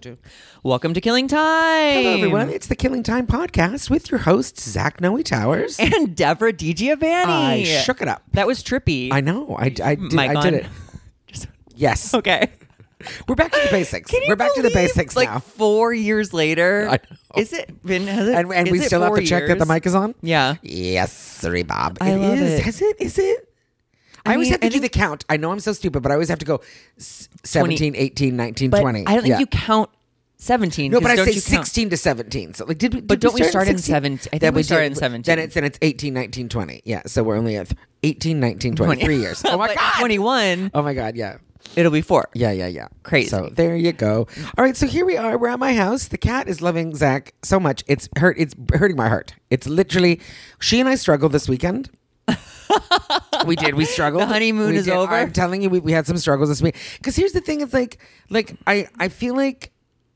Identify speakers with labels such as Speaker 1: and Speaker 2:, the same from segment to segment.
Speaker 1: too. Welcome to Killing Time.
Speaker 2: Hello, everyone. It's the Killing Time podcast with your hosts, Zach Noe Towers.
Speaker 1: And Deborah DiGiovanni.
Speaker 2: I shook it up.
Speaker 1: That was trippy.
Speaker 2: I know. I, I, did,
Speaker 1: Mic
Speaker 2: I
Speaker 1: on.
Speaker 2: did it.
Speaker 1: Just-
Speaker 2: Yes.
Speaker 1: okay.
Speaker 2: We're back to the basics.
Speaker 1: Can you
Speaker 2: We're back to the
Speaker 1: believe,
Speaker 2: basics
Speaker 1: like,
Speaker 2: now.
Speaker 1: four years later.
Speaker 2: I know.
Speaker 1: Is it been? Has it,
Speaker 2: And, and
Speaker 1: is
Speaker 2: we
Speaker 1: it
Speaker 2: still have
Speaker 1: four
Speaker 2: to check that the
Speaker 1: years?
Speaker 2: mic is on?
Speaker 1: Yeah.
Speaker 2: Yes, sorry, Bob.
Speaker 1: I love
Speaker 2: is.
Speaker 1: it.
Speaker 2: Has it? Is it? I, always
Speaker 1: mean,
Speaker 2: have to
Speaker 1: I
Speaker 2: do the
Speaker 1: think-
Speaker 2: count. I know I'm so stupid, but I always have to go s- 17, 18, 19,
Speaker 1: But
Speaker 2: 20.
Speaker 1: I don't think
Speaker 2: Yeah.
Speaker 1: you count seventeen.
Speaker 2: No,
Speaker 1: 'cause
Speaker 2: but I
Speaker 1: don't
Speaker 2: say
Speaker 1: you count-
Speaker 2: 16 to 17. So like, did we?
Speaker 1: But
Speaker 2: did
Speaker 1: don't we start
Speaker 2: at
Speaker 1: in
Speaker 2: 16?
Speaker 1: 17? I think
Speaker 2: Then
Speaker 1: we start in
Speaker 2: did.
Speaker 1: 17.
Speaker 2: Then it's then it's 18, 19, 20. Yeah, so we're only at 18, 19, 20. Three years. Oh my
Speaker 1: But
Speaker 2: god.
Speaker 1: Twenty-one.
Speaker 2: Oh my god. Yeah.
Speaker 1: It'll be four.
Speaker 2: Yeah, yeah, yeah.
Speaker 1: Crazy.
Speaker 2: So there you go. All right, so here we are. We're at my house. The cat is loving Zach so much. It's hurt. It's hurting my heart. It's literally. She and I struggled this weekend. we did. We struggled.
Speaker 1: The honeymoon
Speaker 2: We
Speaker 1: is over.
Speaker 2: I'm telling you, we, we had some struggles this week. Because here's the thing: it's like, like I, I feel like.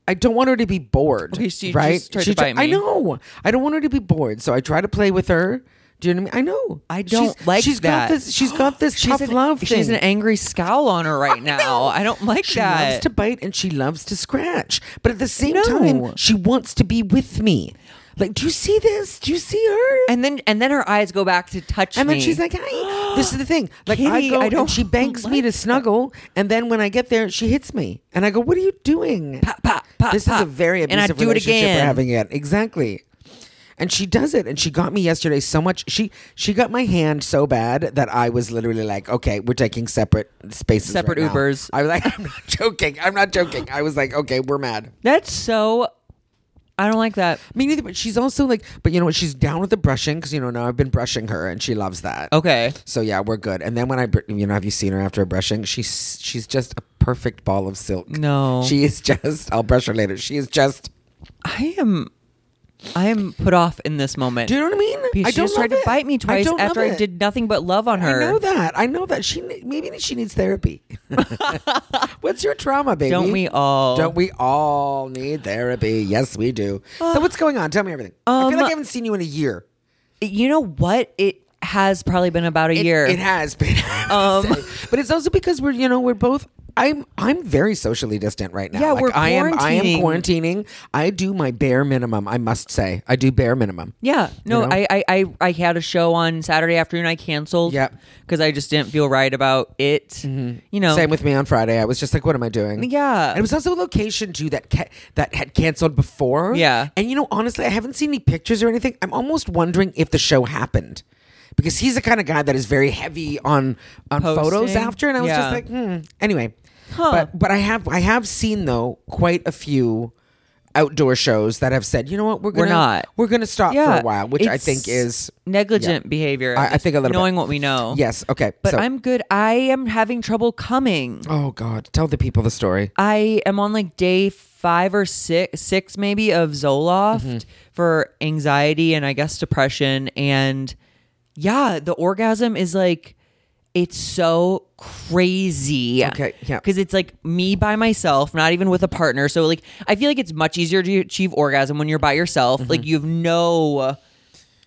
Speaker 2: I don't want her to be bored.
Speaker 1: Okay, she
Speaker 2: right?
Speaker 1: just tried
Speaker 2: She
Speaker 1: to bite
Speaker 2: I
Speaker 1: me.
Speaker 2: know. I don't want her to be bored, so I try to play with her. Do you know what I mean? I know.
Speaker 1: I don't like
Speaker 2: She's
Speaker 1: that.
Speaker 2: got this. She's got this
Speaker 1: She's
Speaker 2: tough
Speaker 1: an,
Speaker 2: love thing.
Speaker 1: She's an angry scowl on her right now. I don't like
Speaker 2: She
Speaker 1: that.
Speaker 2: loves to bite and she loves to scratch. But at the same
Speaker 1: No.
Speaker 2: time, she wants to be with me. Like, do you see this? Do you see her?
Speaker 1: and then and then her eyes go back to touch
Speaker 2: And
Speaker 1: me.
Speaker 2: then she's like, "Hi." This is the thing. Like I
Speaker 1: Kitty,
Speaker 2: go
Speaker 1: I
Speaker 2: and
Speaker 1: don't
Speaker 2: she banks me
Speaker 1: like
Speaker 2: to snuggle, and then when I get there, she hits me, and I go, "What are you doing?"
Speaker 1: Pop, pop, pop,
Speaker 2: this is a
Speaker 1: pop.
Speaker 2: very
Speaker 1: Uh, And I
Speaker 2: abusive
Speaker 1: do it
Speaker 2: relationship we're
Speaker 1: again.
Speaker 2: having it exactly. And she does it, and she got me yesterday so much. She she got my hand so bad that I was literally like, "Okay, we're taking separate spaces, right
Speaker 1: Separate
Speaker 2: now."
Speaker 1: Ubers.
Speaker 2: I was like, "I'm not joking. I'm not joking." I was like, "Okay, we're mad."
Speaker 1: That's so. I don't like that.
Speaker 2: Me neither. But she's also like, but you know what? She's down with the brushing because you know now I've been brushing her, and she loves that.
Speaker 1: Okay.
Speaker 2: So yeah, we're good. And then when I, br- you know, have you seen her after a brushing? She's she's just a perfect ball of silk.
Speaker 1: No.
Speaker 2: she is just. I'll brush her later. She is just.
Speaker 1: I am. I am put off in this moment.
Speaker 2: Do you know what I mean?
Speaker 1: Because
Speaker 2: I
Speaker 1: she
Speaker 2: don't
Speaker 1: just tried
Speaker 2: love
Speaker 1: to bite
Speaker 2: it. I
Speaker 1: me twice
Speaker 2: don't love
Speaker 1: after I
Speaker 2: it.
Speaker 1: did nothing but love on her.
Speaker 2: I know that. I know that. She ne- maybe she needs therapy. what's your trauma, baby?
Speaker 1: Don't we all?
Speaker 2: Don't we all need therapy? Yes, we do. so what's going on? Tell me everything. I
Speaker 1: Uh,
Speaker 2: feel
Speaker 1: Um,
Speaker 2: like I haven't seen you in a year.
Speaker 1: You know what? It has probably been about a
Speaker 2: It-
Speaker 1: year.
Speaker 2: It, has been.
Speaker 1: Um,
Speaker 2: Um, but it's also because we're you know we're both. I'm I'm very socially distant right now.
Speaker 1: Yeah, we're
Speaker 2: I am I am
Speaker 1: quarantining.
Speaker 2: quarantining. I do my bare minimum. I must say, I do bare minimum.
Speaker 1: yeah. No,
Speaker 2: You know?
Speaker 1: I, I, I, I had a show on Saturday afternoon. I canceled.
Speaker 2: Yep. Mm-hmm.
Speaker 1: Because I just didn't feel right about it. You know.
Speaker 2: Same with me on Friday. I was just like, what am I doing?
Speaker 1: Oh. Yeah.
Speaker 2: And it was also a location too that ca- that had canceled before.
Speaker 1: Yeah.
Speaker 2: And you know, honestly, I haven't seen any pictures or anything. I'm almost wondering if the show happened. Because he's the kind of guy that is very heavy on on photos
Speaker 1: Posting?
Speaker 2: after, and I was
Speaker 1: Yeah.
Speaker 2: just like, hmm. Anyway,
Speaker 1: Huh.
Speaker 2: but but I have I have seen though quite a few outdoor shows that have said, you know what, we're gonna
Speaker 1: not.
Speaker 2: we're gonna stop
Speaker 1: yeah.
Speaker 2: uh, for a while, which I think
Speaker 1: It's
Speaker 2: is
Speaker 1: negligent behavior.
Speaker 2: I- I think a little bit.
Speaker 1: knowing what we know.
Speaker 2: yes, okay.
Speaker 1: But
Speaker 2: so-
Speaker 1: I'm good. I am having trouble coming.
Speaker 2: oh god, tell the people the story.
Speaker 1: I am on like day five or six, six maybe of Zoloft
Speaker 2: Mm-hmm.
Speaker 1: for anxiety and I guess depression. And yeah, the orgasm is like, it's so crazy.
Speaker 2: Okay, yeah.
Speaker 1: Because it's like me by myself, not even with a partner. So like, I feel like it's much easier to achieve orgasm when you're by yourself. Like you have no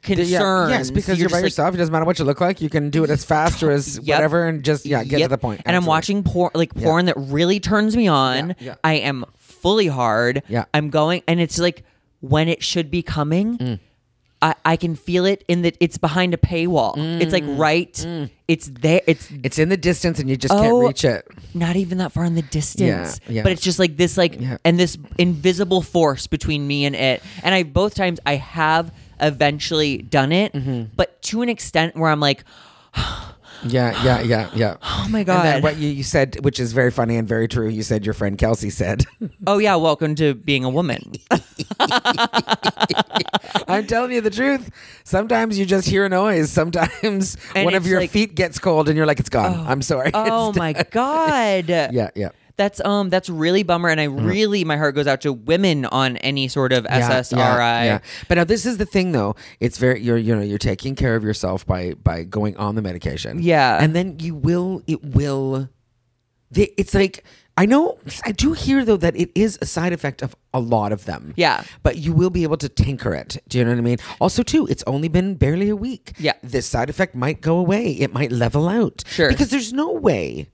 Speaker 2: Mm-hmm. Yeah,
Speaker 1: concern.
Speaker 2: Yes, because you're, by yourself. it doesn't matter what you look like. You can do it as fast or as
Speaker 1: Yep.
Speaker 2: whatever, and just yeah, get to
Speaker 1: Yep.
Speaker 2: the point.
Speaker 1: And I'm
Speaker 2: Absolutely.
Speaker 1: watching porn, like porn that really turns me on.
Speaker 2: Yeah, yeah.
Speaker 1: I am fully hard.
Speaker 2: Yeah.
Speaker 1: I'm going, and it's like when it should be coming.
Speaker 2: Mm.
Speaker 1: I, I can feel it in that it's behind a paywall.
Speaker 2: Mm.
Speaker 1: It's like right, it's there. It's
Speaker 2: It's in the distance, and you just
Speaker 1: Oh,
Speaker 2: can't reach it.
Speaker 1: not even that far in the distance.
Speaker 2: yeah.
Speaker 1: But it's just like this, like,
Speaker 2: Yeah.
Speaker 1: and this invisible force between me and it. And I both times I have eventually done it,
Speaker 2: Mm-hmm.
Speaker 1: but to an extent where I'm like,
Speaker 2: Yeah, yeah, yeah, yeah. Oh
Speaker 1: my
Speaker 2: And then
Speaker 1: God.
Speaker 2: what you, you said, which is very funny and very true, you said your friend Kelsey said.
Speaker 1: oh yeah, welcome to being a woman.
Speaker 2: I'm telling you the truth. Sometimes you just hear a noise. Sometimes
Speaker 1: And
Speaker 2: one of
Speaker 1: it's
Speaker 2: your
Speaker 1: like-
Speaker 2: feet gets cold, and you're like, "It's gone. I'm sorry."
Speaker 1: Oh
Speaker 2: It's-
Speaker 1: my god.
Speaker 2: Yeah, yeah.
Speaker 1: That's um that's really bummer and I really my heart goes out to women on any sort of
Speaker 2: Yeah,
Speaker 1: SSRI.
Speaker 2: yeah, yeah. But now this is the thing, though. It's very you're you know you're taking care of yourself by by going on the medication.
Speaker 1: Yeah.
Speaker 2: and then you will it will. the- It's like I know I do hear though that it is a side effect of a lot of them.
Speaker 1: Yeah.
Speaker 2: but you will be able to tinker it. Do you know what I mean? Also, too, it's only been barely a week.
Speaker 1: Yeah.
Speaker 2: this side effect might go away. It might level out.
Speaker 1: Sure.
Speaker 2: because there's no way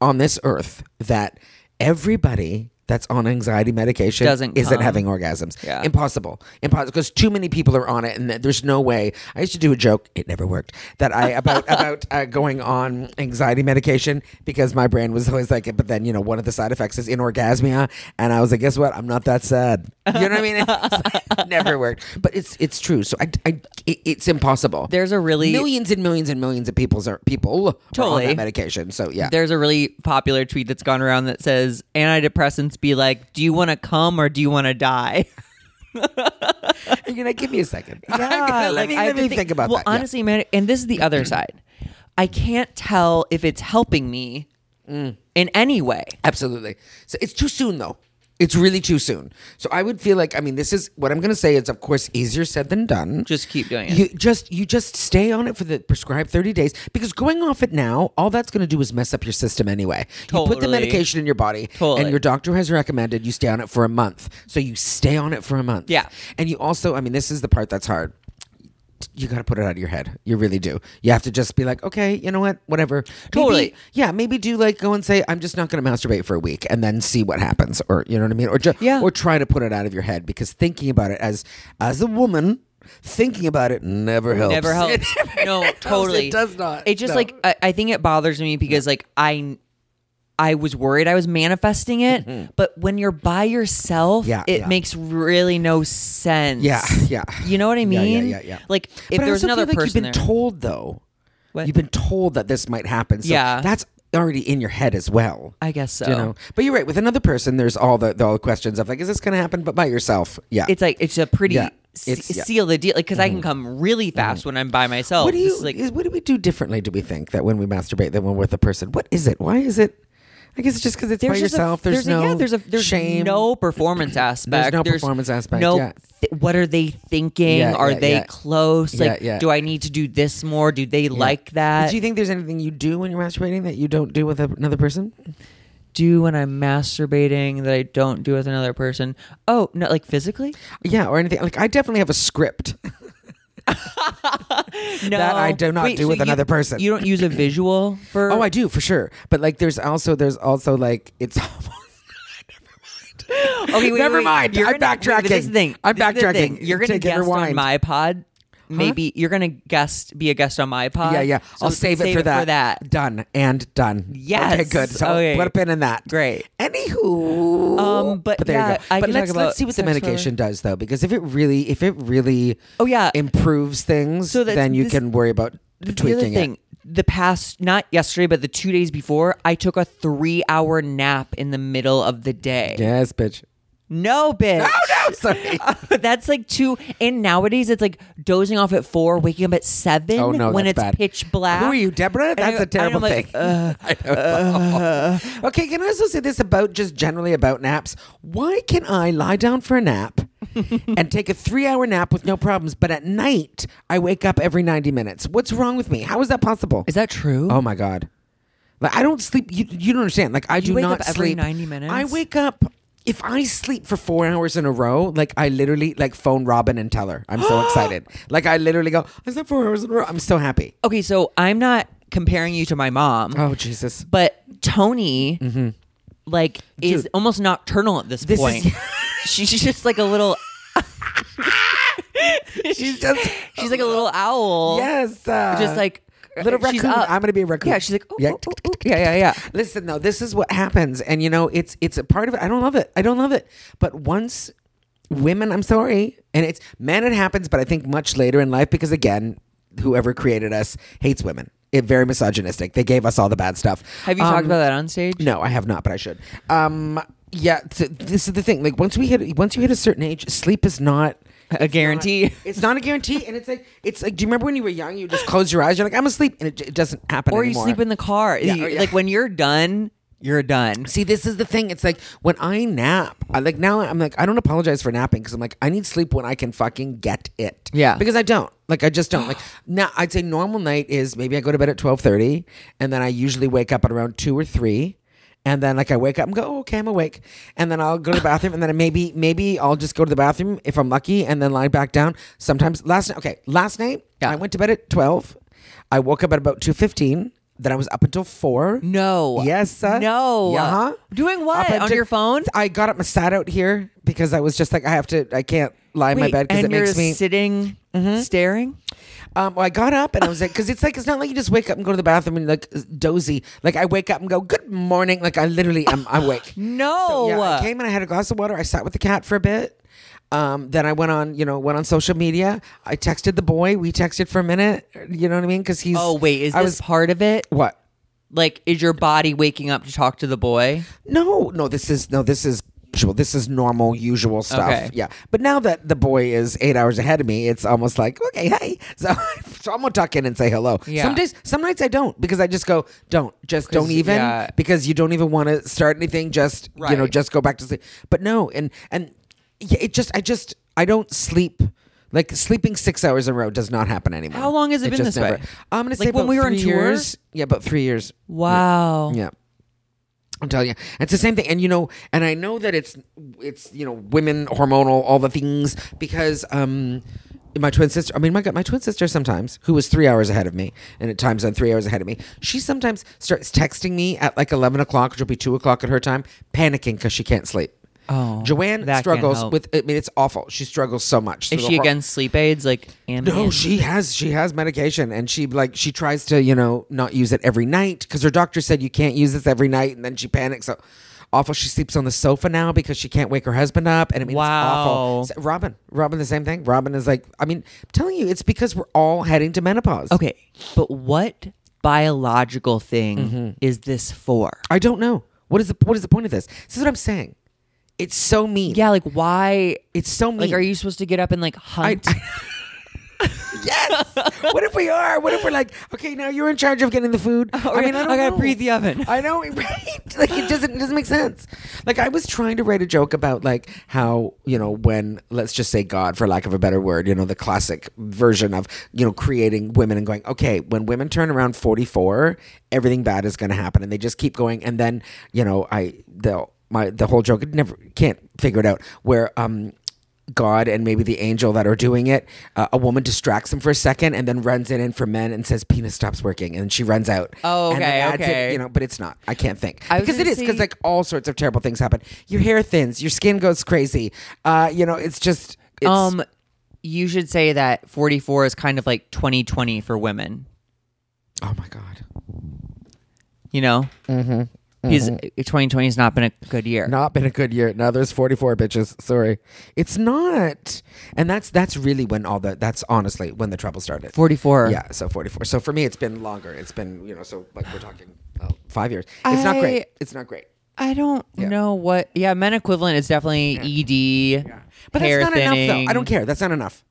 Speaker 2: on this earth that everybody that's on anxiety medication
Speaker 1: Doesn't
Speaker 2: isn't
Speaker 1: come.
Speaker 2: having orgasms.
Speaker 1: Yeah.
Speaker 2: Impossible. Impossible because too many people are on it and that there's no way. I used to do a joke, it never worked, that I about about uh, going on anxiety medication because my brain was always like but then you know one of the side effects is inorgasmia and I was like guess what? I'm not that sad. You know what I mean? It never worked. But it's it's true. So I, I it- it's impossible.
Speaker 1: There's a really
Speaker 2: millions and millions and millions of people's are people are on
Speaker 1: Totally.
Speaker 2: that medication. So yeah.
Speaker 1: there's a really popular tweet that's gone around that says antidepressants be like, do you want to come or do you want to die?
Speaker 2: You're gonna give me a second.
Speaker 1: Yeah,
Speaker 2: let me,
Speaker 1: I
Speaker 2: let
Speaker 1: have to
Speaker 2: me think, about
Speaker 1: well,
Speaker 2: that. yeah.
Speaker 1: honestly, man, and this is the other side. I can't tell if it's helping me
Speaker 2: Mm.
Speaker 1: in any way.
Speaker 2: Absolutely. So it's too soon though. It's really too soon. So I would feel like I mean this is what I'm going to say is of course easier said than done.
Speaker 1: Just keep doing it.
Speaker 2: you just you just stay on it for the prescribed 30 days because going off it now all that's going to do is mess up your system anyway. You put the
Speaker 1: Totally.
Speaker 2: medication in your body
Speaker 1: Totally.
Speaker 2: and your doctor has recommended you stay on it for a month. So you stay on it for a month.
Speaker 1: Yeah.
Speaker 2: And you also I mean this is the part that's hard. You got to put it out of your head. You really do. You have to just be like, okay, you know what? Whatever. Maybe-
Speaker 1: Totally.
Speaker 2: yeah, maybe do like go and say I'm just not going to masturbate for a week, and then see what happens, or you know what I mean, or just
Speaker 1: Yeah.
Speaker 2: or try to put it out of your head because thinking about it as as a woman, thinking about it never helps.
Speaker 1: Never helps. no, totally.
Speaker 2: It does not.
Speaker 1: It just
Speaker 2: No.
Speaker 1: like I, I think it bothers me because like I I was worried I was manifesting it, but when you're by yourself,
Speaker 2: Mm-hmm. Yeah,
Speaker 1: it
Speaker 2: yeah.
Speaker 1: makes really no sense.
Speaker 2: Yeah, yeah.
Speaker 1: You know what I
Speaker 2: Yeah, yeah,
Speaker 1: mean?
Speaker 2: yeah, yeah.
Speaker 1: Like if
Speaker 2: But I
Speaker 1: there's
Speaker 2: also feel
Speaker 1: another
Speaker 2: like
Speaker 1: person
Speaker 2: you've been
Speaker 1: there,
Speaker 2: told though,
Speaker 1: What?
Speaker 2: you've been told that this might happen. So
Speaker 1: Yeah. Oh.
Speaker 2: that's already in your head as well.
Speaker 1: I guess so.
Speaker 2: you know, but you're right. With another person, there's all the, the all the questions of like, is this going to happen? But by yourself, yeah.
Speaker 1: It's like it's a pretty
Speaker 2: Yeah,
Speaker 1: s-
Speaker 2: it's- yeah. Mm-hmm.
Speaker 1: seal the deal like because I can come really fast when I'm by myself.
Speaker 2: What do
Speaker 1: This
Speaker 2: you
Speaker 1: is, like
Speaker 2: is, what do we do differently? Do we think that when we masturbate, that when we're with a person, what is it? Why is it? I guess it's just because it's by
Speaker 1: just a-
Speaker 2: yourself. there's, no
Speaker 1: a, yeah, there's a there's
Speaker 2: shame.
Speaker 1: no performance aspect.
Speaker 2: no performance aspect,
Speaker 1: No,
Speaker 2: yeah.
Speaker 1: th- what are they thinking?
Speaker 2: Yeah,
Speaker 1: are
Speaker 2: yeah,
Speaker 1: they
Speaker 2: yeah.
Speaker 1: close? Like,
Speaker 2: Yeah, yeah.
Speaker 1: do I need to do this more? Do they like that?
Speaker 2: Do you think there's anything you do when you're masturbating that you don't do with a- another person?
Speaker 1: do when I'm masturbating that I don't do with another person? Oh, no, like physically?
Speaker 2: Yeah, or anything like I definitely have a script.
Speaker 1: No,
Speaker 2: I do not do with
Speaker 1: you-
Speaker 2: another person.
Speaker 1: You don't use a visual for?
Speaker 2: Oh, I do for sure. But like, there's also there's also like it's.
Speaker 1: Okay, wait,
Speaker 2: Never
Speaker 1: wait, wait.
Speaker 2: mind.
Speaker 1: You're
Speaker 2: I'm
Speaker 1: gonna- wait, but this is
Speaker 2: backtracking.
Speaker 1: the thing.
Speaker 2: I'm
Speaker 1: This is the
Speaker 2: backtracking.
Speaker 1: thing. You're gonna
Speaker 2: Take it,
Speaker 1: guest on
Speaker 2: rewind.
Speaker 1: my pod. Maybe you're gonna guest be a guest on my pod.
Speaker 2: yeah, yeah.
Speaker 1: So
Speaker 2: I'll save, it for that. Done and done.
Speaker 1: Yes.
Speaker 2: Okay, good. So
Speaker 1: Okay.
Speaker 2: put a pin in that.
Speaker 1: Great.
Speaker 2: Anywho.
Speaker 1: Um, but yeah, I
Speaker 2: but
Speaker 1: can
Speaker 2: let's
Speaker 1: talk about
Speaker 2: let's see what the
Speaker 1: sex
Speaker 2: medication does though, because if it really if it really
Speaker 1: Oh, yeah.
Speaker 2: improves things,
Speaker 1: So that's-
Speaker 2: then you
Speaker 1: this-
Speaker 2: can worry about
Speaker 1: the other
Speaker 2: tweaking
Speaker 1: thing,
Speaker 2: it.
Speaker 1: the past not yesterday, but the two days before, I took a three hour nap in the middle of the day.
Speaker 2: Yes, bitch.
Speaker 1: No, bitch.
Speaker 2: Oh no, sorry.
Speaker 1: That's like two. And nowadays, it's like dozing off at four, waking up at seven
Speaker 2: Oh no,
Speaker 1: when
Speaker 2: that's
Speaker 1: it's
Speaker 2: bad.
Speaker 1: pitch black.
Speaker 2: Who are you, Deborah?
Speaker 1: And I
Speaker 2: That's
Speaker 1: go-
Speaker 2: a terrible
Speaker 1: and I'm like, uh,
Speaker 2: thing. I know, it's awful. okay, can I also say this about just generally about naps? Why can I lie down for a nap and take a three-hour nap with no problems, but at night I wake up every ninety minutes? What's wrong with me? How is that possible?
Speaker 1: Is that true?
Speaker 2: Oh my god! Like I don't sleep. You you don't understand. Like I do
Speaker 1: wake
Speaker 2: not
Speaker 1: up every
Speaker 2: sleep
Speaker 1: 90 minutes?
Speaker 2: I wake up. If I sleep for four hours in a row, like I literally like phone Robin and tell her I'm so excited. Like I literally go, I slept four hours in a row. I'm so happy.
Speaker 1: okay, so I'm not comparing you to my mom,
Speaker 2: Oh Jesus!
Speaker 1: but Tony, like, is
Speaker 2: Dude.
Speaker 1: almost nocturnal at this,
Speaker 2: This
Speaker 1: point.
Speaker 2: is-
Speaker 1: she's just like a little.
Speaker 2: She's just
Speaker 1: She's like a little owl.
Speaker 2: yes, uh,
Speaker 1: Just like
Speaker 2: little
Speaker 1: she's
Speaker 2: raccoon.
Speaker 1: up.
Speaker 2: I'm gonna be a raccoon.
Speaker 1: Yeah, she's like, "Ooh,
Speaker 2: yeah,
Speaker 1: ooh, ooh, ooh." yeah, yeah, yeah.
Speaker 2: Listen though, this is what happens, and you know it's it's a part of it. I don't love it. I don't love it. But once women, I'm sorry, and it's men, it happens. But I think much later in life because again, whoever created us hates women. It very misogynistic. They gave us all the bad stuff.
Speaker 1: Have you
Speaker 2: Um,
Speaker 1: talked about that on stage?
Speaker 2: No, I have not, but I should. Um, yeah, t- this is the thing. Like once we hit once you hit a certain age, sleep is not.
Speaker 1: A guarantee.
Speaker 2: It's not a guarantee, and it's like it's like. Do you remember when you were young? You just close your eyes. You're like, I'm asleep, and it, it doesn't happen.
Speaker 1: or you
Speaker 2: anymore.
Speaker 1: sleep in the car.
Speaker 2: or- yeah.
Speaker 1: Like when you're done, you're done.
Speaker 2: See, this is the thing. It's like when I nap, I like now I'm like, I don't apologize for napping because I'm like, I need sleep when I can fucking get it.
Speaker 1: Yeah.
Speaker 2: Because I don't. Like I just don't. Like now I'd say normal night is maybe I go to bed at twelve thirty and then I usually wake up at around two or three. And then like I wake up and go, oh, okay, I'm awake. And then I'll go to the bathroom and then maybe maybe I'll just go to the bathroom if I'm lucky and then lie back down. Sometimes last night okay, last night
Speaker 1: Yeah.
Speaker 2: I went to bed at twelve. I woke up at about two fifteen Then I was up until four.
Speaker 1: No.
Speaker 2: Yes. uh,
Speaker 1: No.
Speaker 2: Uh-huh.
Speaker 1: Doing what?
Speaker 2: Up
Speaker 1: On your phone?
Speaker 2: I got up my sat out here because I was just like, I have to, I can't lie in my
Speaker 1: Wait,
Speaker 2: bed because
Speaker 1: and
Speaker 2: it makes
Speaker 1: you're
Speaker 2: me. Mm-hmm.
Speaker 1: sitting, staring.
Speaker 2: Um, well, I got up and I was like, because it's like it's not like you just wake up and go to the bathroom and like dozy. Like I wake up and go, good morning. Like I literally am I'm awake.
Speaker 1: No.
Speaker 2: So, yeah, I came and I had a glass of water. I sat with the cat for a bit. Um, then I went on, you know, went on social media. I texted the boy. We texted for a minute. You know what I mean? Because he's.
Speaker 1: oh wait, is
Speaker 2: I
Speaker 1: this
Speaker 2: was-
Speaker 1: part of it?
Speaker 2: what?
Speaker 1: Like, is your body waking up to talk to the boy?
Speaker 2: No, no, this is no, this is usual. This is normal, usual stuff.
Speaker 1: Okay.
Speaker 2: Yeah. But now that the boy is eight hours ahead of me, it's almost like, okay, hey. So, so I'm gonna tuck in and say hello.
Speaker 1: Yeah.
Speaker 2: Some days some nights I don't because I just go, don't, just don't even
Speaker 1: yeah.
Speaker 2: because you don't even want to start anything, just you know,
Speaker 1: Right.
Speaker 2: just go back to sleep. But no, and and yeah, it just I just I don't sleep like sleeping six hours in a row does not happen anymore.
Speaker 1: How long has it been
Speaker 2: just
Speaker 1: this way?
Speaker 2: I'm gonna
Speaker 1: Like
Speaker 2: say
Speaker 1: when
Speaker 2: about
Speaker 1: we were on
Speaker 2: three
Speaker 1: tour?
Speaker 2: years. Yeah, about three years.
Speaker 1: Wow.
Speaker 2: Yeah. I'm telling you, it's the same thing, and you know, and I know that it's it's you know women hormonal all the things because um my twin sister, I mean my my twin sister sometimes who was three hours ahead of me, and at times on three hours ahead of me, she sometimes starts texting me at like eleven o'clock, which will be two o'clock at her time, panicking because she can't sleep.
Speaker 1: Oh,
Speaker 2: Joanne
Speaker 1: that can't
Speaker 2: struggles
Speaker 1: help.
Speaker 2: with. I mean, it's awful. She struggles so much.
Speaker 1: Is
Speaker 2: So the
Speaker 1: she
Speaker 2: hor-
Speaker 1: against sleep aids? Like, Ambien?
Speaker 2: no, she has she has medication, and she like she tries to you know not use it every night because her doctor said you can't use this every night, and then she panics. So awful. She sleeps on the sofa now because she can't wake her husband up, and I mean
Speaker 1: Wow.
Speaker 2: it's awful. So Robin, Robin, the same thing. Robin is like, I mean, I'm telling you, it's because we're all heading to menopause.
Speaker 1: Okay, but what biological thing
Speaker 2: Mm-hmm.
Speaker 1: is this for?
Speaker 2: I don't know what is the what is the point of this. This is what I'm saying. It's so mean.
Speaker 1: Yeah, like why?
Speaker 2: it's so mean.
Speaker 1: Like, are you supposed to get up and like hunt?
Speaker 2: yes. What if we are? What if we're like, okay, now you're in charge of getting the food. I mean, I, don't
Speaker 1: gotta
Speaker 2: know.
Speaker 1: breathe the oven.
Speaker 2: I know, right? Like it doesn't it doesn't make sense. Like I was trying to write a joke about like how you know when let's just say God, for lack of a better word, you know the classic version of you know creating women and going, okay, when women turn around forty four, everything bad is going to happen, and they just keep going, and then you know I the my the whole joke it never can't figure it out where um. God and maybe the angel that are doing it. Uh, a woman distracts them for a second and then runs in and for men and says, "Penis stops working," and she runs out.
Speaker 1: Oh,
Speaker 2: And then
Speaker 1: okay,
Speaker 2: adds it,
Speaker 1: okay.
Speaker 2: you know, but it's not. I can't think
Speaker 1: I was
Speaker 2: because it
Speaker 1: gonna
Speaker 2: is because
Speaker 1: say-
Speaker 2: like all sorts of terrible things happen. Your hair thins, your skin goes crazy. Uh, you know, it's just it's,
Speaker 1: um, you should say that 44 is kind of like 2020 for women.
Speaker 2: Oh my god,
Speaker 1: You know, mm-hmm. because 2020 has not been a good year.
Speaker 2: not been a good year. No, there's 44 bitches. Sorry, it's not. And that's that's really when all the that's honestly when the trouble started.
Speaker 1: 44.
Speaker 2: Yeah, so 44. So for me, it's been longer. It's been you know, so like we're talking uh, five years. It's not great.
Speaker 1: I-
Speaker 2: It's not great.
Speaker 1: I don't know what. Yeah, men equivalent is definitely ED.
Speaker 2: But
Speaker 1: hair
Speaker 2: that's not
Speaker 1: thinning.
Speaker 2: enough, though. I don't care. That's not enough.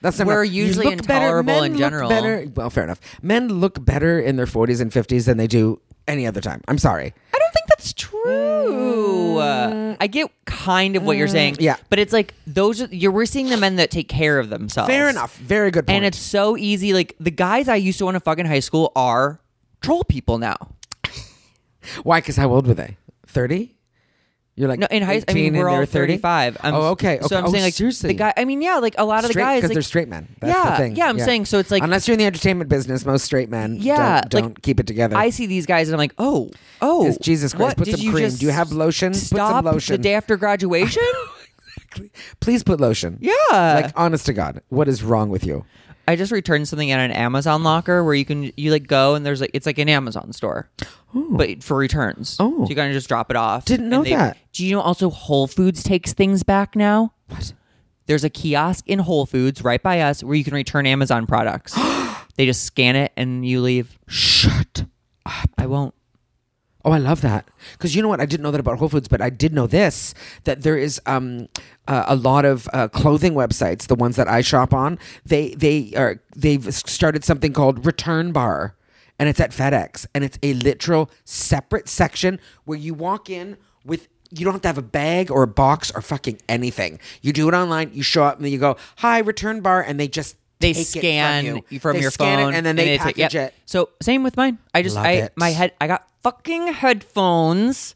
Speaker 2: That's not
Speaker 1: We're
Speaker 2: enough. You
Speaker 1: usually
Speaker 2: look better-
Speaker 1: intolerable
Speaker 2: men
Speaker 1: in
Speaker 2: look
Speaker 1: general.
Speaker 2: Better, well, fair enough. Men look better in their 40s and 50s than they do any other time. I'm sorry.
Speaker 1: I don't think that's true. Mm. I get kind of what you're saying.
Speaker 2: Mm. yeah.
Speaker 1: But it's like those are you're we're seeing the men that take care of themselves.
Speaker 2: Fair enough. Very good point.
Speaker 1: Oh, And it's so easy. Like the guys I used to want to fuck in high school are troll people now.
Speaker 2: why? Because how old were they? 30. You're like
Speaker 1: No, in high I
Speaker 2: 18
Speaker 1: mean
Speaker 2: and
Speaker 1: we're
Speaker 2: they're
Speaker 1: all
Speaker 2: 30?
Speaker 1: 35. I'm,
Speaker 2: oh, okay. okay.
Speaker 1: So I'm
Speaker 2: Oh,
Speaker 1: saying like
Speaker 2: seriously.
Speaker 1: the guy I mean, yeah, like a lot of the guys
Speaker 2: because
Speaker 1: like,
Speaker 2: they're straight men. That's
Speaker 1: yeah,
Speaker 2: the thing.
Speaker 1: Yeah, I'm saying so it's like
Speaker 2: unless you're in the entertainment business, most straight men
Speaker 1: Yeah,
Speaker 2: don't,
Speaker 1: like,
Speaker 2: don't keep it together.
Speaker 1: I see these guys and I'm like, oh, oh,
Speaker 2: Yes, Jesus Christ,
Speaker 1: what
Speaker 2: put
Speaker 1: did
Speaker 2: some
Speaker 1: you
Speaker 2: cream.
Speaker 1: just
Speaker 2: Do you have lotion? Put some
Speaker 1: Stop
Speaker 2: lotion.
Speaker 1: the day after graduation.
Speaker 2: Please put lotion.
Speaker 1: yeah,
Speaker 2: Like honest to God, what is wrong with you?
Speaker 1: I just returned something at an Amazon locker where you can you like go and there's like it's like an Amazon store, but for returns.
Speaker 2: Oh.
Speaker 1: so you kind of just drop it off.
Speaker 2: Didn't
Speaker 1: and
Speaker 2: know that.
Speaker 1: Do you know also Whole Foods takes things back now? What? There's a kiosk in Whole Foods right by us where you can return Amazon products. they just scan it and you leave.
Speaker 2: Shut
Speaker 1: I won't.
Speaker 2: Oh, I love that. Because you know what? I didn't know that about Whole Foods, but I did know this that there is um, uh, a lot of uh, clothing websites, the ones that I shop on. They they are they've started something called Return Bar, and it's at FedEx, and it's a literal separate section where you walk in with. You don't have to have a bag or a box or fucking anything. You do it online. You show up and then you go, "Hi, return bar," and they just
Speaker 1: They
Speaker 2: take it
Speaker 1: scan
Speaker 2: from, you.
Speaker 1: from
Speaker 2: They
Speaker 1: your
Speaker 2: scan it
Speaker 1: phone
Speaker 2: and then they,
Speaker 1: take-
Speaker 2: package
Speaker 1: yep.
Speaker 2: it.
Speaker 1: So same with mine. I just
Speaker 2: Love
Speaker 1: I
Speaker 2: it.
Speaker 1: my head I got fucking headphones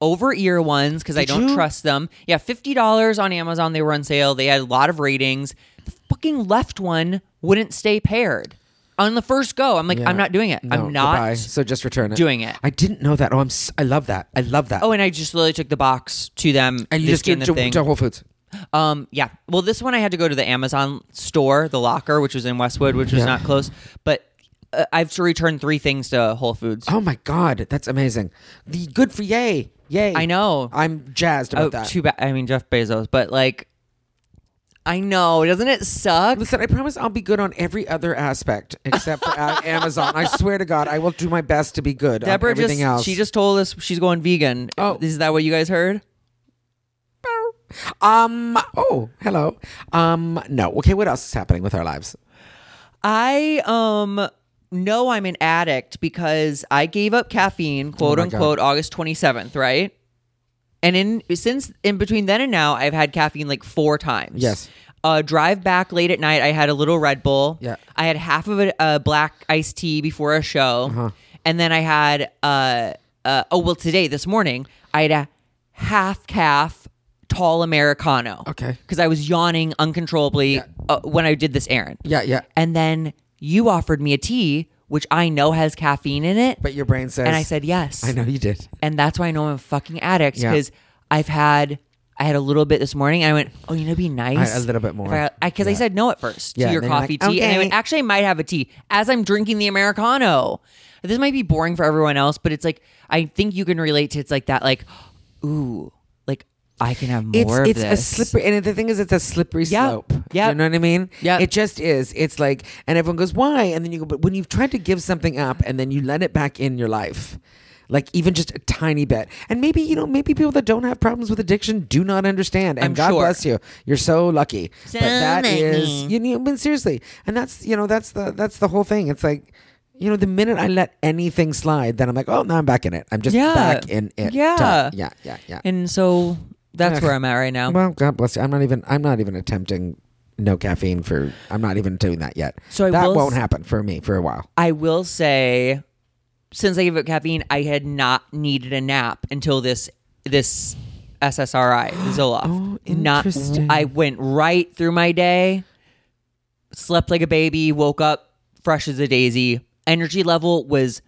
Speaker 1: over ear ones because I
Speaker 2: Did
Speaker 1: don't
Speaker 2: you?
Speaker 1: trust them. Yeah, fifty dollars on Amazon. They were on sale. They had a lot of ratings. The fucking left one wouldn't stay paired. on the first go. I'm like,
Speaker 2: Yeah.
Speaker 1: I'm not doing it.
Speaker 2: No,
Speaker 1: I'm not.
Speaker 2: goodbye. So just return it.
Speaker 1: doing it.
Speaker 2: I didn't know that. Oh, I'm. s- I love that. I love that.
Speaker 1: Oh, and I just literally took the box to them.
Speaker 2: and you
Speaker 1: they
Speaker 2: just
Speaker 1: scanned
Speaker 2: get
Speaker 1: the
Speaker 2: to,
Speaker 1: thing.
Speaker 2: to Whole Foods.
Speaker 1: Um, yeah. Well, this one I had to go to the Amazon store, the locker, which was in Westwood, which was
Speaker 2: Yeah.
Speaker 1: not close. But uh, I have to return three things to Whole Foods.
Speaker 2: Oh my god, that's amazing. The good for yay, yay.
Speaker 1: I know.
Speaker 2: I'm jazzed about
Speaker 1: Oh,
Speaker 2: that.
Speaker 1: too bad. I mean, Jeff Bezos, but like, I know. Doesn't it suck?
Speaker 2: Listen, I promise I'll be good on every other aspect except for a- Amazon. I swear to God, I will do my best to be good
Speaker 1: Deborah
Speaker 2: on everything
Speaker 1: just
Speaker 2: else.
Speaker 1: she just told us she's going vegan.
Speaker 2: Oh.
Speaker 1: is that what you guys heard?
Speaker 2: um. Oh, hello. Um. No. Okay. What else is happening with our lives?
Speaker 1: I um know I'm an addict because I gave up caffeine, quote
Speaker 2: Oh my God.
Speaker 1: unquote, August 27th, right? And in since in between then and now, I've had caffeine like four times.
Speaker 2: Yes.
Speaker 1: Uh, drive back late at night. I had a little Red Bull.
Speaker 2: Yeah.
Speaker 1: I had half of a, a black iced tea before a show,
Speaker 2: Uh-huh.
Speaker 1: and then I had uh, uh oh well today this morning I had a half calf tall americano.
Speaker 2: Okay.
Speaker 1: Because I was yawning uncontrollably uh, when I did this errand.
Speaker 2: Yeah. Yeah.
Speaker 1: And then you offered me a tea, which I know has caffeine in it.
Speaker 2: But your brain says.
Speaker 1: and I said yes.
Speaker 2: I know you did.
Speaker 1: And that's why I know I'm a fucking addict
Speaker 2: Yeah.
Speaker 1: because I've had. I had a little bit this morning. And I went, oh, you know, it'd be nice.
Speaker 2: a little bit more.
Speaker 1: Because I, 'cause I said no at first
Speaker 2: Yeah,
Speaker 1: to
Speaker 2: and
Speaker 1: your
Speaker 2: then you're
Speaker 1: coffee
Speaker 2: like,
Speaker 1: tea. And I went,
Speaker 2: okay.
Speaker 1: actually, I might have a tea as I'm drinking the Americano. This might be boring for everyone else, but it's like, I think you can relate to it's like that, like, ooh, like I can have
Speaker 2: It's
Speaker 1: more
Speaker 2: it's
Speaker 1: of
Speaker 2: a
Speaker 1: this.
Speaker 2: slippery, and the thing is, it's a slippery
Speaker 1: Yeah.
Speaker 2: slope. Do
Speaker 1: Yeah.
Speaker 2: you know what I mean?
Speaker 1: Yeah.
Speaker 2: it just is. It's like, and everyone goes, "Why?" And then you go, "But when you've tried to give something up, and then you let it back in your life." Like even just a tiny bit, and maybe you know, maybe people that don't have problems with addiction do not understand. And
Speaker 1: I'm
Speaker 2: God
Speaker 1: sure.
Speaker 2: bless you, you're so lucky.
Speaker 1: So
Speaker 2: but that
Speaker 1: lucky.
Speaker 2: is, you know, but seriously, and that's you know, that's the that's the whole thing. It's like, you know, the minute I let anything slide, then I'm like, oh, now I'm back in it. I'm just
Speaker 1: Yeah.
Speaker 2: back in it.
Speaker 1: Yeah.
Speaker 2: yeah, yeah, yeah.
Speaker 1: and so that's
Speaker 2: Ugh.
Speaker 1: where I'm at right now.
Speaker 2: Well, God bless you. I'm not even. I'm not even attempting no caffeine for. I'm not even doing that yet.
Speaker 1: So I
Speaker 2: that
Speaker 1: will
Speaker 2: won't
Speaker 1: s-
Speaker 2: happen for me for a while.
Speaker 1: I will say, since I gave up caffeine, I had not needed a nap until this this SSRI Zoloft.
Speaker 2: Oh,
Speaker 1: not
Speaker 2: interesting.
Speaker 1: I went right through my day, slept like a baby, woke up fresh as a daisy. Energy level was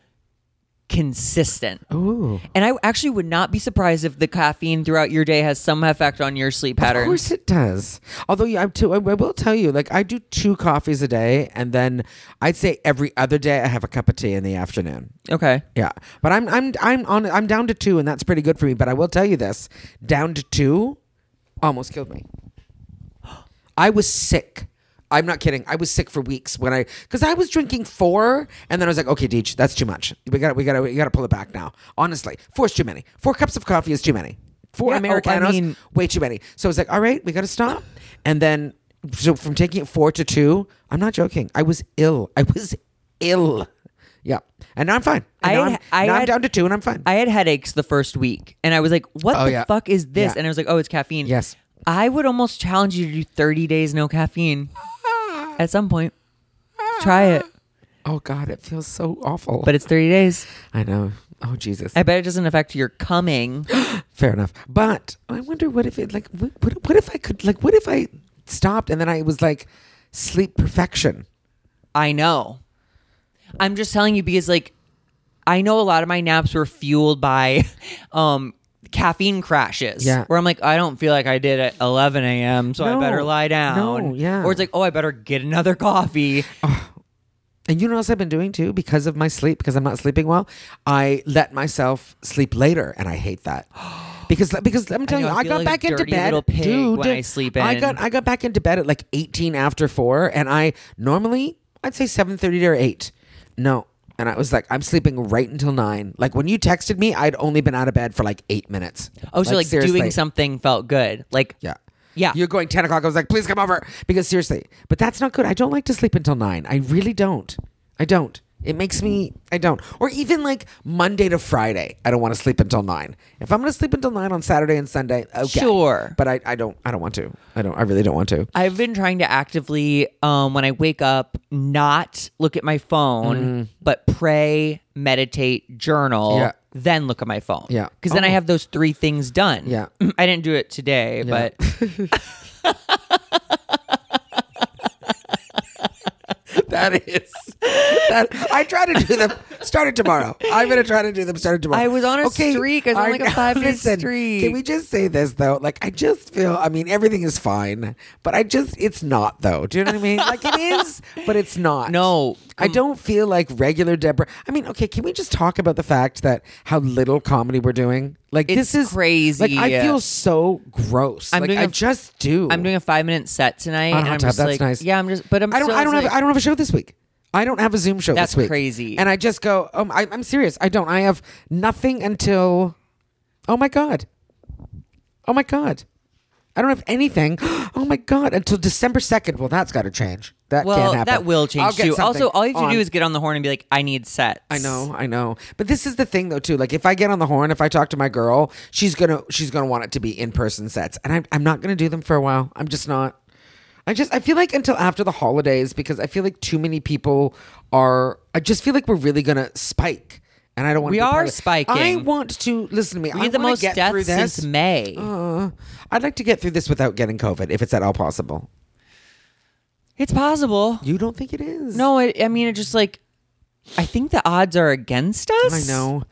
Speaker 1: consistent.
Speaker 2: Ooh,
Speaker 1: And I actually would not be surprised if the caffeine throughout your day has some effect on your sleep
Speaker 2: of
Speaker 1: patterns.
Speaker 2: course it does. Although yeah, I'm too, I, I will tell you, like I do two coffees a day, and then I'd say every other day I have a cup of tea in the afternoon.
Speaker 1: Okay.
Speaker 2: Yeah, but I'm I'm I'm on I'm down to two, and that's pretty good for me. But I will tell you this: down to two, almost killed me. I was sick. I'm not kidding. I was sick for weeks when I because I was drinking four, and then I was like, okay, Deej, that's too much. We got to we got to we got to pull it back now. Honestly, four's too many. Four cups of coffee is too many. Four
Speaker 1: Yeah, oh, I
Speaker 2: Americanos,
Speaker 1: mean-
Speaker 2: way too many. So I was like, all right, we got to stop. And then so from taking it four to two, I'm not joking. I was ill. I was ill. Yeah, and now I'm fine. And
Speaker 1: I
Speaker 2: now
Speaker 1: had-
Speaker 2: I'm,
Speaker 1: I
Speaker 2: now I'm
Speaker 1: had-
Speaker 2: down to two, and I'm fine.
Speaker 1: I had headaches the first week, and I was like, "What
Speaker 2: Oh,
Speaker 1: the
Speaker 2: yeah.
Speaker 1: fuck is this?"
Speaker 2: Yeah.
Speaker 1: And I was like, "Oh, it's caffeine."
Speaker 2: Yes.
Speaker 1: I would almost challenge you to do 30 days no caffeine at some point. Try it,
Speaker 2: oh God, it feels so awful.
Speaker 1: but it's 30 days.
Speaker 2: I know. Oh Jesus.
Speaker 1: I bet it doesn't affect your coming.
Speaker 2: Fair enough. But I wonder what if it like what, what- what if I could like what if I stopped and then I was like sleep perfection.
Speaker 1: I know. I'm just telling you because like I know a lot of my naps were fueled by um caffeine crashes.
Speaker 2: Yeah.
Speaker 1: Where I'm like, I don't feel like I did at eleven AM, so I
Speaker 2: No.
Speaker 1: better lie down.
Speaker 2: No, yeah.
Speaker 1: Or it's like, oh, I better get another coffee.
Speaker 2: And you know what else I've been doing too because of my sleep because I'm not sleeping well. I let myself sleep later and I hate that. Because because I'm telling
Speaker 1: know,
Speaker 2: you,
Speaker 1: I
Speaker 2: I
Speaker 1: feel
Speaker 2: got
Speaker 1: like a
Speaker 2: back into
Speaker 1: dirty
Speaker 2: bed,
Speaker 1: little pig
Speaker 2: dude.
Speaker 1: when I sleep
Speaker 2: I
Speaker 1: in.
Speaker 2: got I got back into bed at like 18 after four, and I normally I'd say 7:30 or eight. No, and I was like, I'm sleeping right until nine. Like when you texted me, I'd only been out of bed for like eight minutes.
Speaker 1: Oh, so like, doing
Speaker 2: seriously.
Speaker 1: something felt good. Like
Speaker 2: Yeah.
Speaker 1: Yeah.
Speaker 2: You're going 10 o'clock. I was like, please come over. Because seriously, but that's not good. I don't like to sleep until nine. I really don't. I don't. It makes me, I don't. Or even like Monday to Friday, I don't want to sleep until nine. If I'm going to sleep until nine on Saturday and Sunday, okay.
Speaker 1: Sure.
Speaker 2: But I, I don't, I don't want to. I don't, I really don't want to.
Speaker 1: I've been trying to actively, um, when I wake up, not look at my phone, but pray, meditate, journal,
Speaker 2: Mm-hmm. Yeah.
Speaker 1: then look at my phone.
Speaker 2: Yeah.
Speaker 1: Because then I
Speaker 2: Oh.
Speaker 1: have those three things done.
Speaker 2: Yeah.
Speaker 1: I didn't do it today, but
Speaker 2: That is That- I try to do them. Started tomorrow. I'm gonna try to do them. Started tomorrow.
Speaker 1: I was on a streak. I was on, like, a
Speaker 2: know.
Speaker 1: five-day
Speaker 2: Listen, Can
Speaker 1: streak.
Speaker 2: we just say this though? Like I just feel. I mean, everything is fine, but I just it's not though. Do you know what I mean? Like it is, but it's not.
Speaker 1: No.
Speaker 2: I don't feel like regular Deborah. I mean, okay, can we just talk about the fact that how little comedy we're doing? Like
Speaker 1: It's
Speaker 2: this is
Speaker 1: crazy.
Speaker 2: Like I feel so gross.
Speaker 1: I'm
Speaker 2: like
Speaker 1: doing
Speaker 2: I
Speaker 1: a-
Speaker 2: just do.
Speaker 1: I'm doing a five minute set tonight,
Speaker 2: On
Speaker 1: and
Speaker 2: hot
Speaker 1: I'm
Speaker 2: tub,
Speaker 1: just
Speaker 2: Uh-huh, that's
Speaker 1: like,
Speaker 2: nice.
Speaker 1: yeah, I'm just, but I'm
Speaker 2: I don't.
Speaker 1: still
Speaker 2: I don't have.
Speaker 1: like-
Speaker 2: I don't have a show this week. I don't have a Zoom show
Speaker 1: That's
Speaker 2: this week.
Speaker 1: crazy.
Speaker 2: And I just go. Um, I, I'm serious. I don't. I have nothing until. Oh my god. Oh my god. I don't have anything. Oh my god! Until December second. Well, that's got to change. That can't
Speaker 1: well,
Speaker 2: happen.
Speaker 1: that will
Speaker 2: I'll
Speaker 1: change
Speaker 2: get
Speaker 1: too.
Speaker 2: something
Speaker 1: Also, all you have to
Speaker 2: on-
Speaker 1: do is get on the horn and be like, I need sets.
Speaker 2: I know, I know. But this is the thing though too. Like if I get on the horn, if I talk to my girl, she's gonna she's gonna want it to be in person sets. And I'm I'm not gonna do them for a while. I'm just not I just I feel like until after the holidays because I feel like too many people are I just feel like we're really gonna spike. And I don't want
Speaker 1: We
Speaker 2: to be part
Speaker 1: are
Speaker 2: of it. I
Speaker 1: spiking.
Speaker 2: want to listen to me.
Speaker 1: We
Speaker 2: I
Speaker 1: had the
Speaker 2: wanna
Speaker 1: most
Speaker 2: get through
Speaker 1: deaths
Speaker 2: this.
Speaker 1: since May.
Speaker 2: Uh, I'd like to get through this without getting COVID, if it's at all possible.
Speaker 1: It's possible.
Speaker 2: You don't think it is?
Speaker 1: No, I, I mean, it just like, I think the odds are against us.
Speaker 2: I know.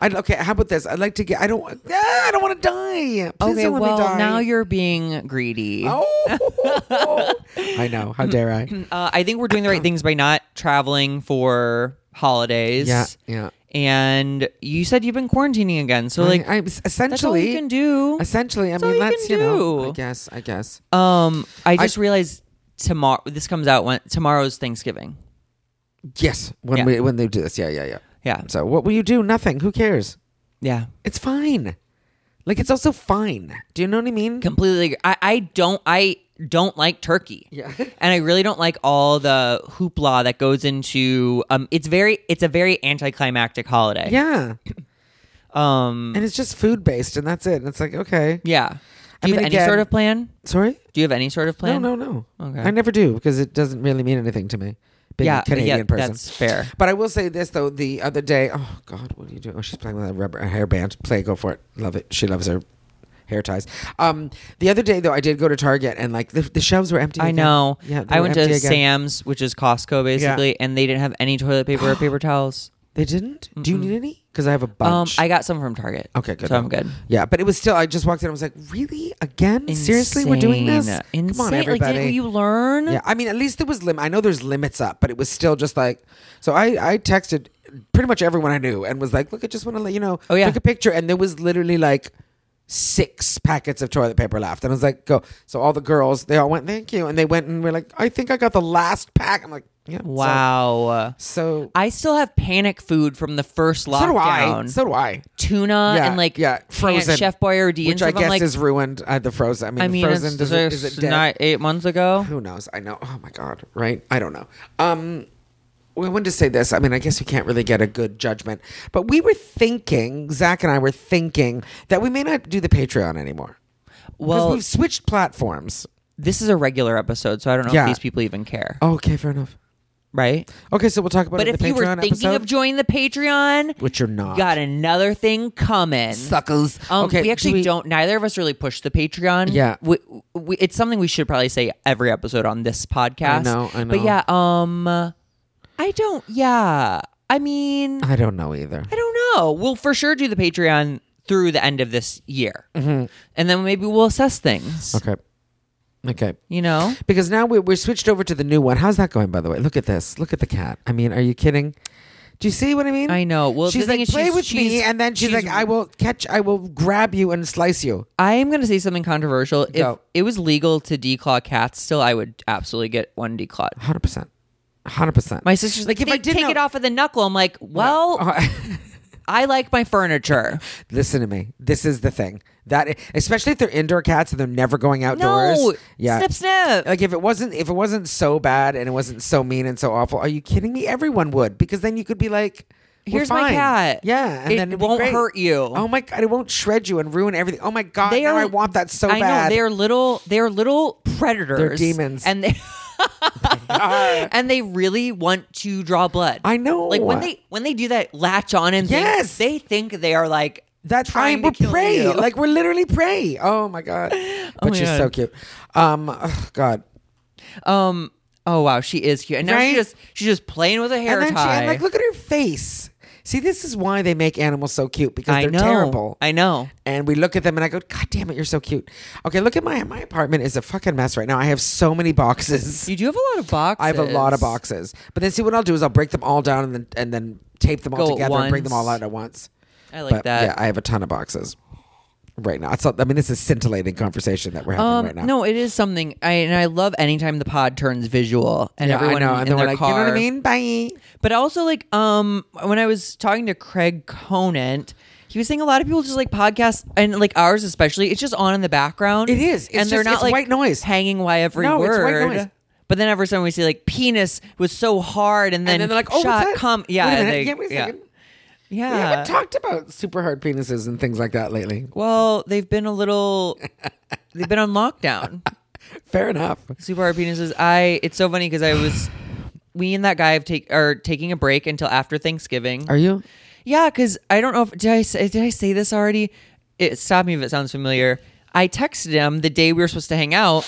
Speaker 2: I'd, okay, how about this? I'd like to get. I don't. want- Ah, I don't want to die. Please
Speaker 1: Okay,
Speaker 2: don't let me
Speaker 1: well,
Speaker 2: die.
Speaker 1: now you're being greedy.
Speaker 2: Oh, I know. How dare I?
Speaker 1: Uh, I think we're doing the right things by not traveling for holidays.
Speaker 2: Yeah, yeah.
Speaker 1: And you said you've been quarantining again, so like
Speaker 2: I, I'm s- essentially
Speaker 1: that's all you can do.
Speaker 2: Essentially, I
Speaker 1: all
Speaker 2: mean,
Speaker 1: you
Speaker 2: that's you
Speaker 1: can
Speaker 2: know.
Speaker 1: do.
Speaker 2: I guess. I guess.
Speaker 1: Um, I just realized tomorrow. This comes out when tomorrow's Thanksgiving.
Speaker 2: Yes. When
Speaker 1: Yeah.
Speaker 2: we when they do this, yeah, yeah, yeah.
Speaker 1: Yeah,
Speaker 2: So what will you do? Nothing. Who cares?
Speaker 1: yeah,
Speaker 2: It's fine. Like it's also fine. Do you know what I mean?
Speaker 1: completely. I, I don't. I don't like turkey.
Speaker 2: Yeah.
Speaker 1: and I really don't like all the hoopla that goes into. Um, it's very. It's a very anticlimactic holiday.
Speaker 2: Yeah.
Speaker 1: Um.
Speaker 2: And it's just food based, and that's it. And it's like okay.
Speaker 1: Yeah.
Speaker 2: I
Speaker 1: Do you
Speaker 2: mean,
Speaker 1: have any
Speaker 2: again-
Speaker 1: sort of plan?
Speaker 2: Sorry.
Speaker 1: Do you have any sort of plan?
Speaker 2: No, no, no.
Speaker 1: Okay.
Speaker 2: I never do because it doesn't really mean anything to me. Being
Speaker 1: Yeah,
Speaker 2: a Canadian
Speaker 1: yeah,
Speaker 2: person.
Speaker 1: that's fair.
Speaker 2: But I will say this though: the other day, oh God, what are you doing? Oh, she's playing with a rubber a hairband. Play, go for it. Love it. She loves her hair ties. Um, the other day though, I did go to Target and like the, the shelves were empty.
Speaker 1: I
Speaker 2: again.
Speaker 1: know.
Speaker 2: Yeah, they
Speaker 1: I
Speaker 2: were
Speaker 1: went to
Speaker 2: empty again.
Speaker 1: Sam's, which is Costco basically, and they didn't have any toilet paper or paper towels.
Speaker 2: They didn't. Do you need any? Because I have a
Speaker 1: Um,
Speaker 2: bunch.
Speaker 1: I got some from Target.
Speaker 2: Okay, good.
Speaker 1: So I'm good.
Speaker 2: Yeah, but it was still. I just walked in. I was like, "Really? Again? Seriously? We're doing this?
Speaker 1: Insane.
Speaker 2: Come on,
Speaker 1: Insane.
Speaker 2: everybody!
Speaker 1: Like, didn't you learn?
Speaker 2: Yeah, I mean, at least there was limit. I know there's limits up, but it was still just like. So I I texted pretty much everyone I knew and was like, "Look, I just want to let you know."
Speaker 1: Oh, yeah.
Speaker 2: Took a picture, and there was literally like six packets of toilet paper left, and I was like, "Go!" So all the girls, they all went, "Thank you," and they went and were like, "I think I got the last pack." I'm like, "Yeah." so-
Speaker 1: Wow.
Speaker 2: So,
Speaker 1: I still have panic food from the first lockdown.
Speaker 2: so do I. So do I.
Speaker 1: Tuna
Speaker 2: Yeah,
Speaker 1: Uh, and like
Speaker 2: yeah, frozen.
Speaker 1: Chef Boyardee and
Speaker 2: Which I
Speaker 1: stuff. I'm
Speaker 2: guess
Speaker 1: like,
Speaker 2: is ruined. Uh, the frozen. I mean,
Speaker 1: I mean,
Speaker 2: frozen.
Speaker 1: it's,
Speaker 2: Does it, is
Speaker 1: it's
Speaker 2: it dead?
Speaker 1: not eight months ago.
Speaker 2: Who knows? I know. Oh my God. Right? I don't know. Um, we wanted to say this. I mean, I guess we can't really get a good judgment, but we were thinking, Zach and I were thinking that we may not do the Patreon anymore. because
Speaker 1: Well-
Speaker 2: we've switched platforms.
Speaker 1: This is a regular episode, so I don't know
Speaker 2: Yeah.
Speaker 1: if these people even care,
Speaker 2: Oh, okay, fair enough.
Speaker 1: right?
Speaker 2: Okay, so we'll talk about
Speaker 1: But
Speaker 2: it in
Speaker 1: if
Speaker 2: the
Speaker 1: you were
Speaker 2: Patreon
Speaker 1: thinking
Speaker 2: episode,
Speaker 1: of joining the Patreon,
Speaker 2: which you're not.
Speaker 1: got another thing coming.
Speaker 2: Suckers.
Speaker 1: Um,
Speaker 2: okay,
Speaker 1: we
Speaker 2: do
Speaker 1: actually do not Neither of us really push the Patreon.
Speaker 2: Yeah.
Speaker 1: we, we, it's something we should probably say every episode on this podcast.
Speaker 2: I know, I
Speaker 1: But
Speaker 2: know.
Speaker 1: yeah, um, I don't. Yeah, I mean,
Speaker 2: I don't know either.
Speaker 1: I don't know. We'll for sure do the Patreon through the end of this year, and then maybe we'll assess things.
Speaker 2: Mm-hmm. Okay. Okay.
Speaker 1: You know,
Speaker 2: Because now we're, we're switched over to the new one. How's that going, by the way? Look at this. Look at the cat. I mean, are you kidding? Do you see what I mean?
Speaker 1: I know. Well,
Speaker 2: she's
Speaker 1: the thing
Speaker 2: like,
Speaker 1: is
Speaker 2: play
Speaker 1: she's-
Speaker 2: with me,
Speaker 1: she's-
Speaker 2: and then she's,
Speaker 1: she's-
Speaker 2: like, I will catch, I will grab you and slice you.
Speaker 1: I am going to say something controversial. If
Speaker 2: Go.
Speaker 1: it was legal to declaw cats, still, I would absolutely get one declawed.
Speaker 2: Hundred percent, hundred percent.
Speaker 1: My sister's like, if I
Speaker 2: didn't
Speaker 1: take
Speaker 2: know- Uh-huh.
Speaker 1: it off of the knuckle, I'm like, well, I like my furniture.
Speaker 2: Listen to me. This is the thing that, especially if they're indoor cats and they're never going outdoors.
Speaker 1: No,
Speaker 2: yeah.
Speaker 1: snip, snip.
Speaker 2: Like if it wasn't if it wasn't so bad and it wasn't so mean and so awful, are you kidding me? Everyone would because then you could be like, we're
Speaker 1: Here's my
Speaker 2: fine.
Speaker 1: cat.
Speaker 2: Yeah, and
Speaker 1: It
Speaker 2: then it'd be
Speaker 1: won't
Speaker 2: great.
Speaker 1: hurt you.
Speaker 2: Oh my god, it won't shred you and ruin everything. Oh my god, now I want that so
Speaker 1: I
Speaker 2: bad.
Speaker 1: know they're little. They're little predators.
Speaker 2: demons.
Speaker 1: and they and they really want to draw blood.
Speaker 2: I know.
Speaker 1: Like when they when they do that, latch on and things,
Speaker 2: Yes.
Speaker 1: they think they are like
Speaker 2: That
Speaker 1: trying
Speaker 2: time we're
Speaker 1: to kill
Speaker 2: prey.
Speaker 1: you.
Speaker 2: Like we're literally prey. Oh my god. But
Speaker 1: my
Speaker 2: she's
Speaker 1: God.
Speaker 2: so cute. Um oh, God.
Speaker 1: Um. Oh wow, she is cute. And now
Speaker 2: Right?
Speaker 1: she just she's just playing with a hair
Speaker 2: and then
Speaker 1: tie.
Speaker 2: she, and like, look at her face. See, this is why they make animals so cute because
Speaker 1: I
Speaker 2: they're
Speaker 1: know.
Speaker 2: terrible.
Speaker 1: I know.
Speaker 2: and we look at them and I go, God damn it, you're so cute. Okay, look at my my apartment is a fucking mess right now. I have so many boxes.
Speaker 1: You do have a lot of boxes.
Speaker 2: I have a lot of boxes. But then see what I'll do is I'll break them all down and then and then tape them all
Speaker 1: Go at
Speaker 2: together and bring them all
Speaker 1: once.
Speaker 2: out at once.
Speaker 1: I like
Speaker 2: but
Speaker 1: that.
Speaker 2: yeah, I have a ton of boxes right now. It's not- I mean, this is scintillating conversation that we're having
Speaker 1: Um,
Speaker 2: right now.
Speaker 1: no, it is something. I and I love anytime the pod turns visual and
Speaker 2: Yeah,
Speaker 1: everyone
Speaker 2: I know. And
Speaker 1: in
Speaker 2: then we're
Speaker 1: their
Speaker 2: like,
Speaker 1: car.
Speaker 2: you know what I mean? Bye.
Speaker 1: But also, like, um, when I was talking to Craig Conant, he was saying a lot of people just like podcasts and like ours especially. It's just on in the background.
Speaker 2: It is. It's
Speaker 1: and they're
Speaker 2: just-
Speaker 1: not
Speaker 2: it's
Speaker 1: like
Speaker 2: white noise.
Speaker 1: hanging by every
Speaker 2: No, it's
Speaker 1: word.
Speaker 2: white noise.
Speaker 1: But then every time we see like penis was so hard, and then,
Speaker 2: And then they're like, oh,
Speaker 1: shot
Speaker 2: what's that?
Speaker 1: come, yeah,
Speaker 2: Wait a minute.
Speaker 1: they-
Speaker 2: yeah, wait a
Speaker 1: yeah.
Speaker 2: second.
Speaker 1: yeah.
Speaker 2: We haven't talked about super hard penises and things like that lately.
Speaker 1: well, they've been a little, they've been on lockdown.
Speaker 2: Fair enough.
Speaker 1: Super hard penises. I. It's so funny because I was, we and that guy have take are taking a break until after Thanksgiving.
Speaker 2: Are you?
Speaker 1: Yeah, because I don't know if did I say, did I say this already? It stop me if it sounds familiar. I texted him the day we were supposed to hang out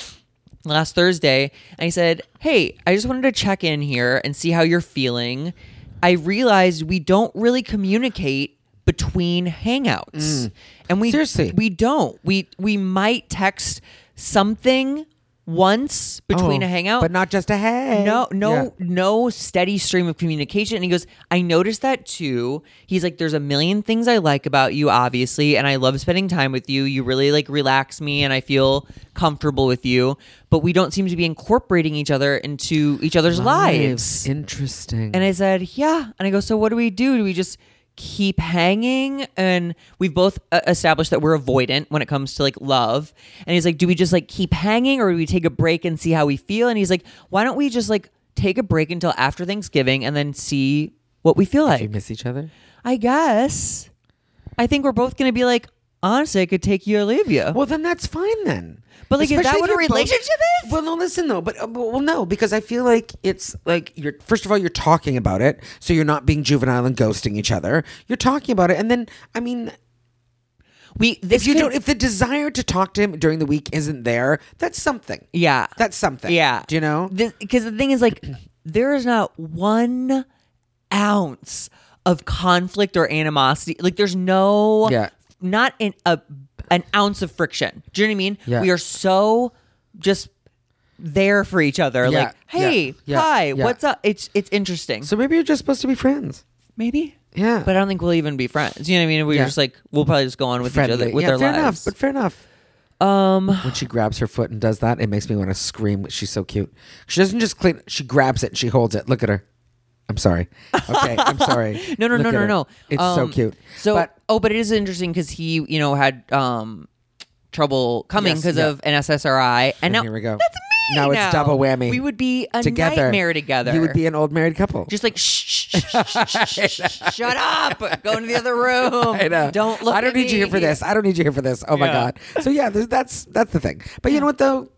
Speaker 1: last Thursday, and he said, "Hey, I just wanted to check in here and see how you're feeling. I realized we don't really communicate." between hangouts and we
Speaker 2: Mm. Seriously.
Speaker 1: we don't we we might text something once between
Speaker 2: Oh,
Speaker 1: a hangout
Speaker 2: But not just a hey.
Speaker 1: no, no,
Speaker 2: Yeah.
Speaker 1: no steady stream of communication. And he goes, I noticed that too. He's like, there's a million things I like about you, obviously, and I love spending time with you. You really like relax me, and I feel comfortable with you. But we don't seem to be incorporating each other into each other's lives.
Speaker 2: Interesting.
Speaker 1: And I said, yeah. And I go, so what do we do? Do we just keep hanging? And we've both uh, established that we're avoidant when it comes to like love. And he's like, do we just like keep hanging or do we take a break and see how we feel? And he's like, why don't we just like take a break until after Thanksgiving and then see what we feel
Speaker 2: Do you
Speaker 1: like?
Speaker 2: miss each other?
Speaker 1: I guess. I think we're both going to be like, honestly, I could take you or leave you.
Speaker 2: Well, then that's fine then.
Speaker 1: But, like, is that
Speaker 2: if
Speaker 1: what a
Speaker 2: you're both-
Speaker 1: relationship is?
Speaker 2: Well, no, listen though. But uh, well, no, because I feel like it's like you're first of all you're talking about it, so you're not being juvenile and ghosting each other. You're talking about it, and then I mean,
Speaker 1: We this
Speaker 2: if you
Speaker 1: could-
Speaker 2: don't, if the desire to talk to him during the week isn't there, that's something.
Speaker 1: yeah.
Speaker 2: That's something.
Speaker 1: Yeah.
Speaker 2: Do you know?
Speaker 1: Because the thing is, like, there is not one ounce of conflict or animosity. Like, there's no,
Speaker 2: Yeah.
Speaker 1: not an, a, an ounce of friction. Do you know what I mean?
Speaker 2: Yeah.
Speaker 1: We are so just there for each other.
Speaker 2: Yeah,
Speaker 1: Like,
Speaker 2: yeah,
Speaker 1: hey,
Speaker 2: yeah,
Speaker 1: hi,
Speaker 2: yeah.
Speaker 1: what's up? It's it's interesting.
Speaker 2: so maybe you're just supposed to be friends.
Speaker 1: Maybe.
Speaker 2: Yeah.
Speaker 1: But I don't think we'll even be friends. You know what I mean? We're
Speaker 2: Yeah.
Speaker 1: just like, we'll probably just go on with each other, with
Speaker 2: yeah,
Speaker 1: our
Speaker 2: fair
Speaker 1: lives.
Speaker 2: enough. But fair enough. Um, when she grabs her foot and does that, it makes me want to scream. She's so cute. She doesn't just clean; she grabs it and she holds it. Look at her. I'm sorry. Okay, I'm sorry.
Speaker 1: No, no,
Speaker 2: Look
Speaker 1: no,
Speaker 2: at
Speaker 1: no,
Speaker 2: her.
Speaker 1: no.
Speaker 2: It's so
Speaker 1: Um,
Speaker 2: cute.
Speaker 1: So,
Speaker 2: but
Speaker 1: oh, but it is interesting because he, you know, had um trouble coming
Speaker 2: Yes,
Speaker 1: because
Speaker 2: yeah.
Speaker 1: of an SSRI, and, now
Speaker 2: here we go.
Speaker 1: That's me.
Speaker 2: Now it's double whammy.
Speaker 1: We would be a
Speaker 2: together,
Speaker 1: nightmare together.
Speaker 2: you would be an old married couple.
Speaker 1: just like shh, shh, shh, shh, shh, shh, shut up, go into the other room.
Speaker 2: I know.
Speaker 1: Don't look.
Speaker 2: I don't
Speaker 1: at
Speaker 2: need
Speaker 1: me.
Speaker 2: you here for this. I don't need you here for this. Oh my
Speaker 1: Yeah.
Speaker 2: god. So yeah, there's- that's that's the thing. But you know what though?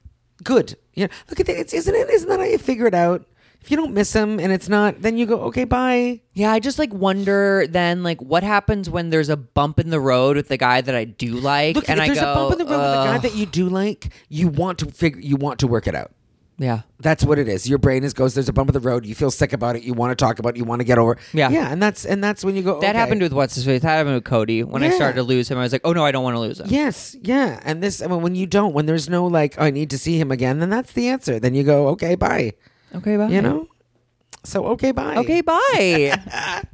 Speaker 2: Good. You know, look at that. It's, isn't it? Isn't that how you figure it out? If you don't miss him and it's not, then you go okay, bye.
Speaker 1: Yeah, I just like wonder then like what happens when there's a bump in the road with the guy that I do like,
Speaker 2: Look,
Speaker 1: and
Speaker 2: if
Speaker 1: I
Speaker 2: there's
Speaker 1: go,
Speaker 2: a bump in the road with a guy
Speaker 1: "Ugh."
Speaker 2: that you do like, you want to figure, you want to work it out.
Speaker 1: yeah,
Speaker 2: That's what it is. Your brain is goes. There's a bump in the road. You feel sick about it. You want to talk about. it. You want to get over. it.
Speaker 1: Yeah.
Speaker 2: yeah. And that's and that's when you go.
Speaker 1: that
Speaker 2: okay.
Speaker 1: happened with what's his face. That happened with Cody when I
Speaker 2: Yeah.
Speaker 1: started to lose him. I was like, oh no, I don't want to lose him.
Speaker 2: Yes, yeah. And this, I mean, when you don't, when there's no like, "Oh, I need to see him again, then that's the answer. Then you go, okay, bye.
Speaker 1: Mm-hmm. Okay, bye.
Speaker 2: You know. So okay, bye.
Speaker 1: Okay, bye.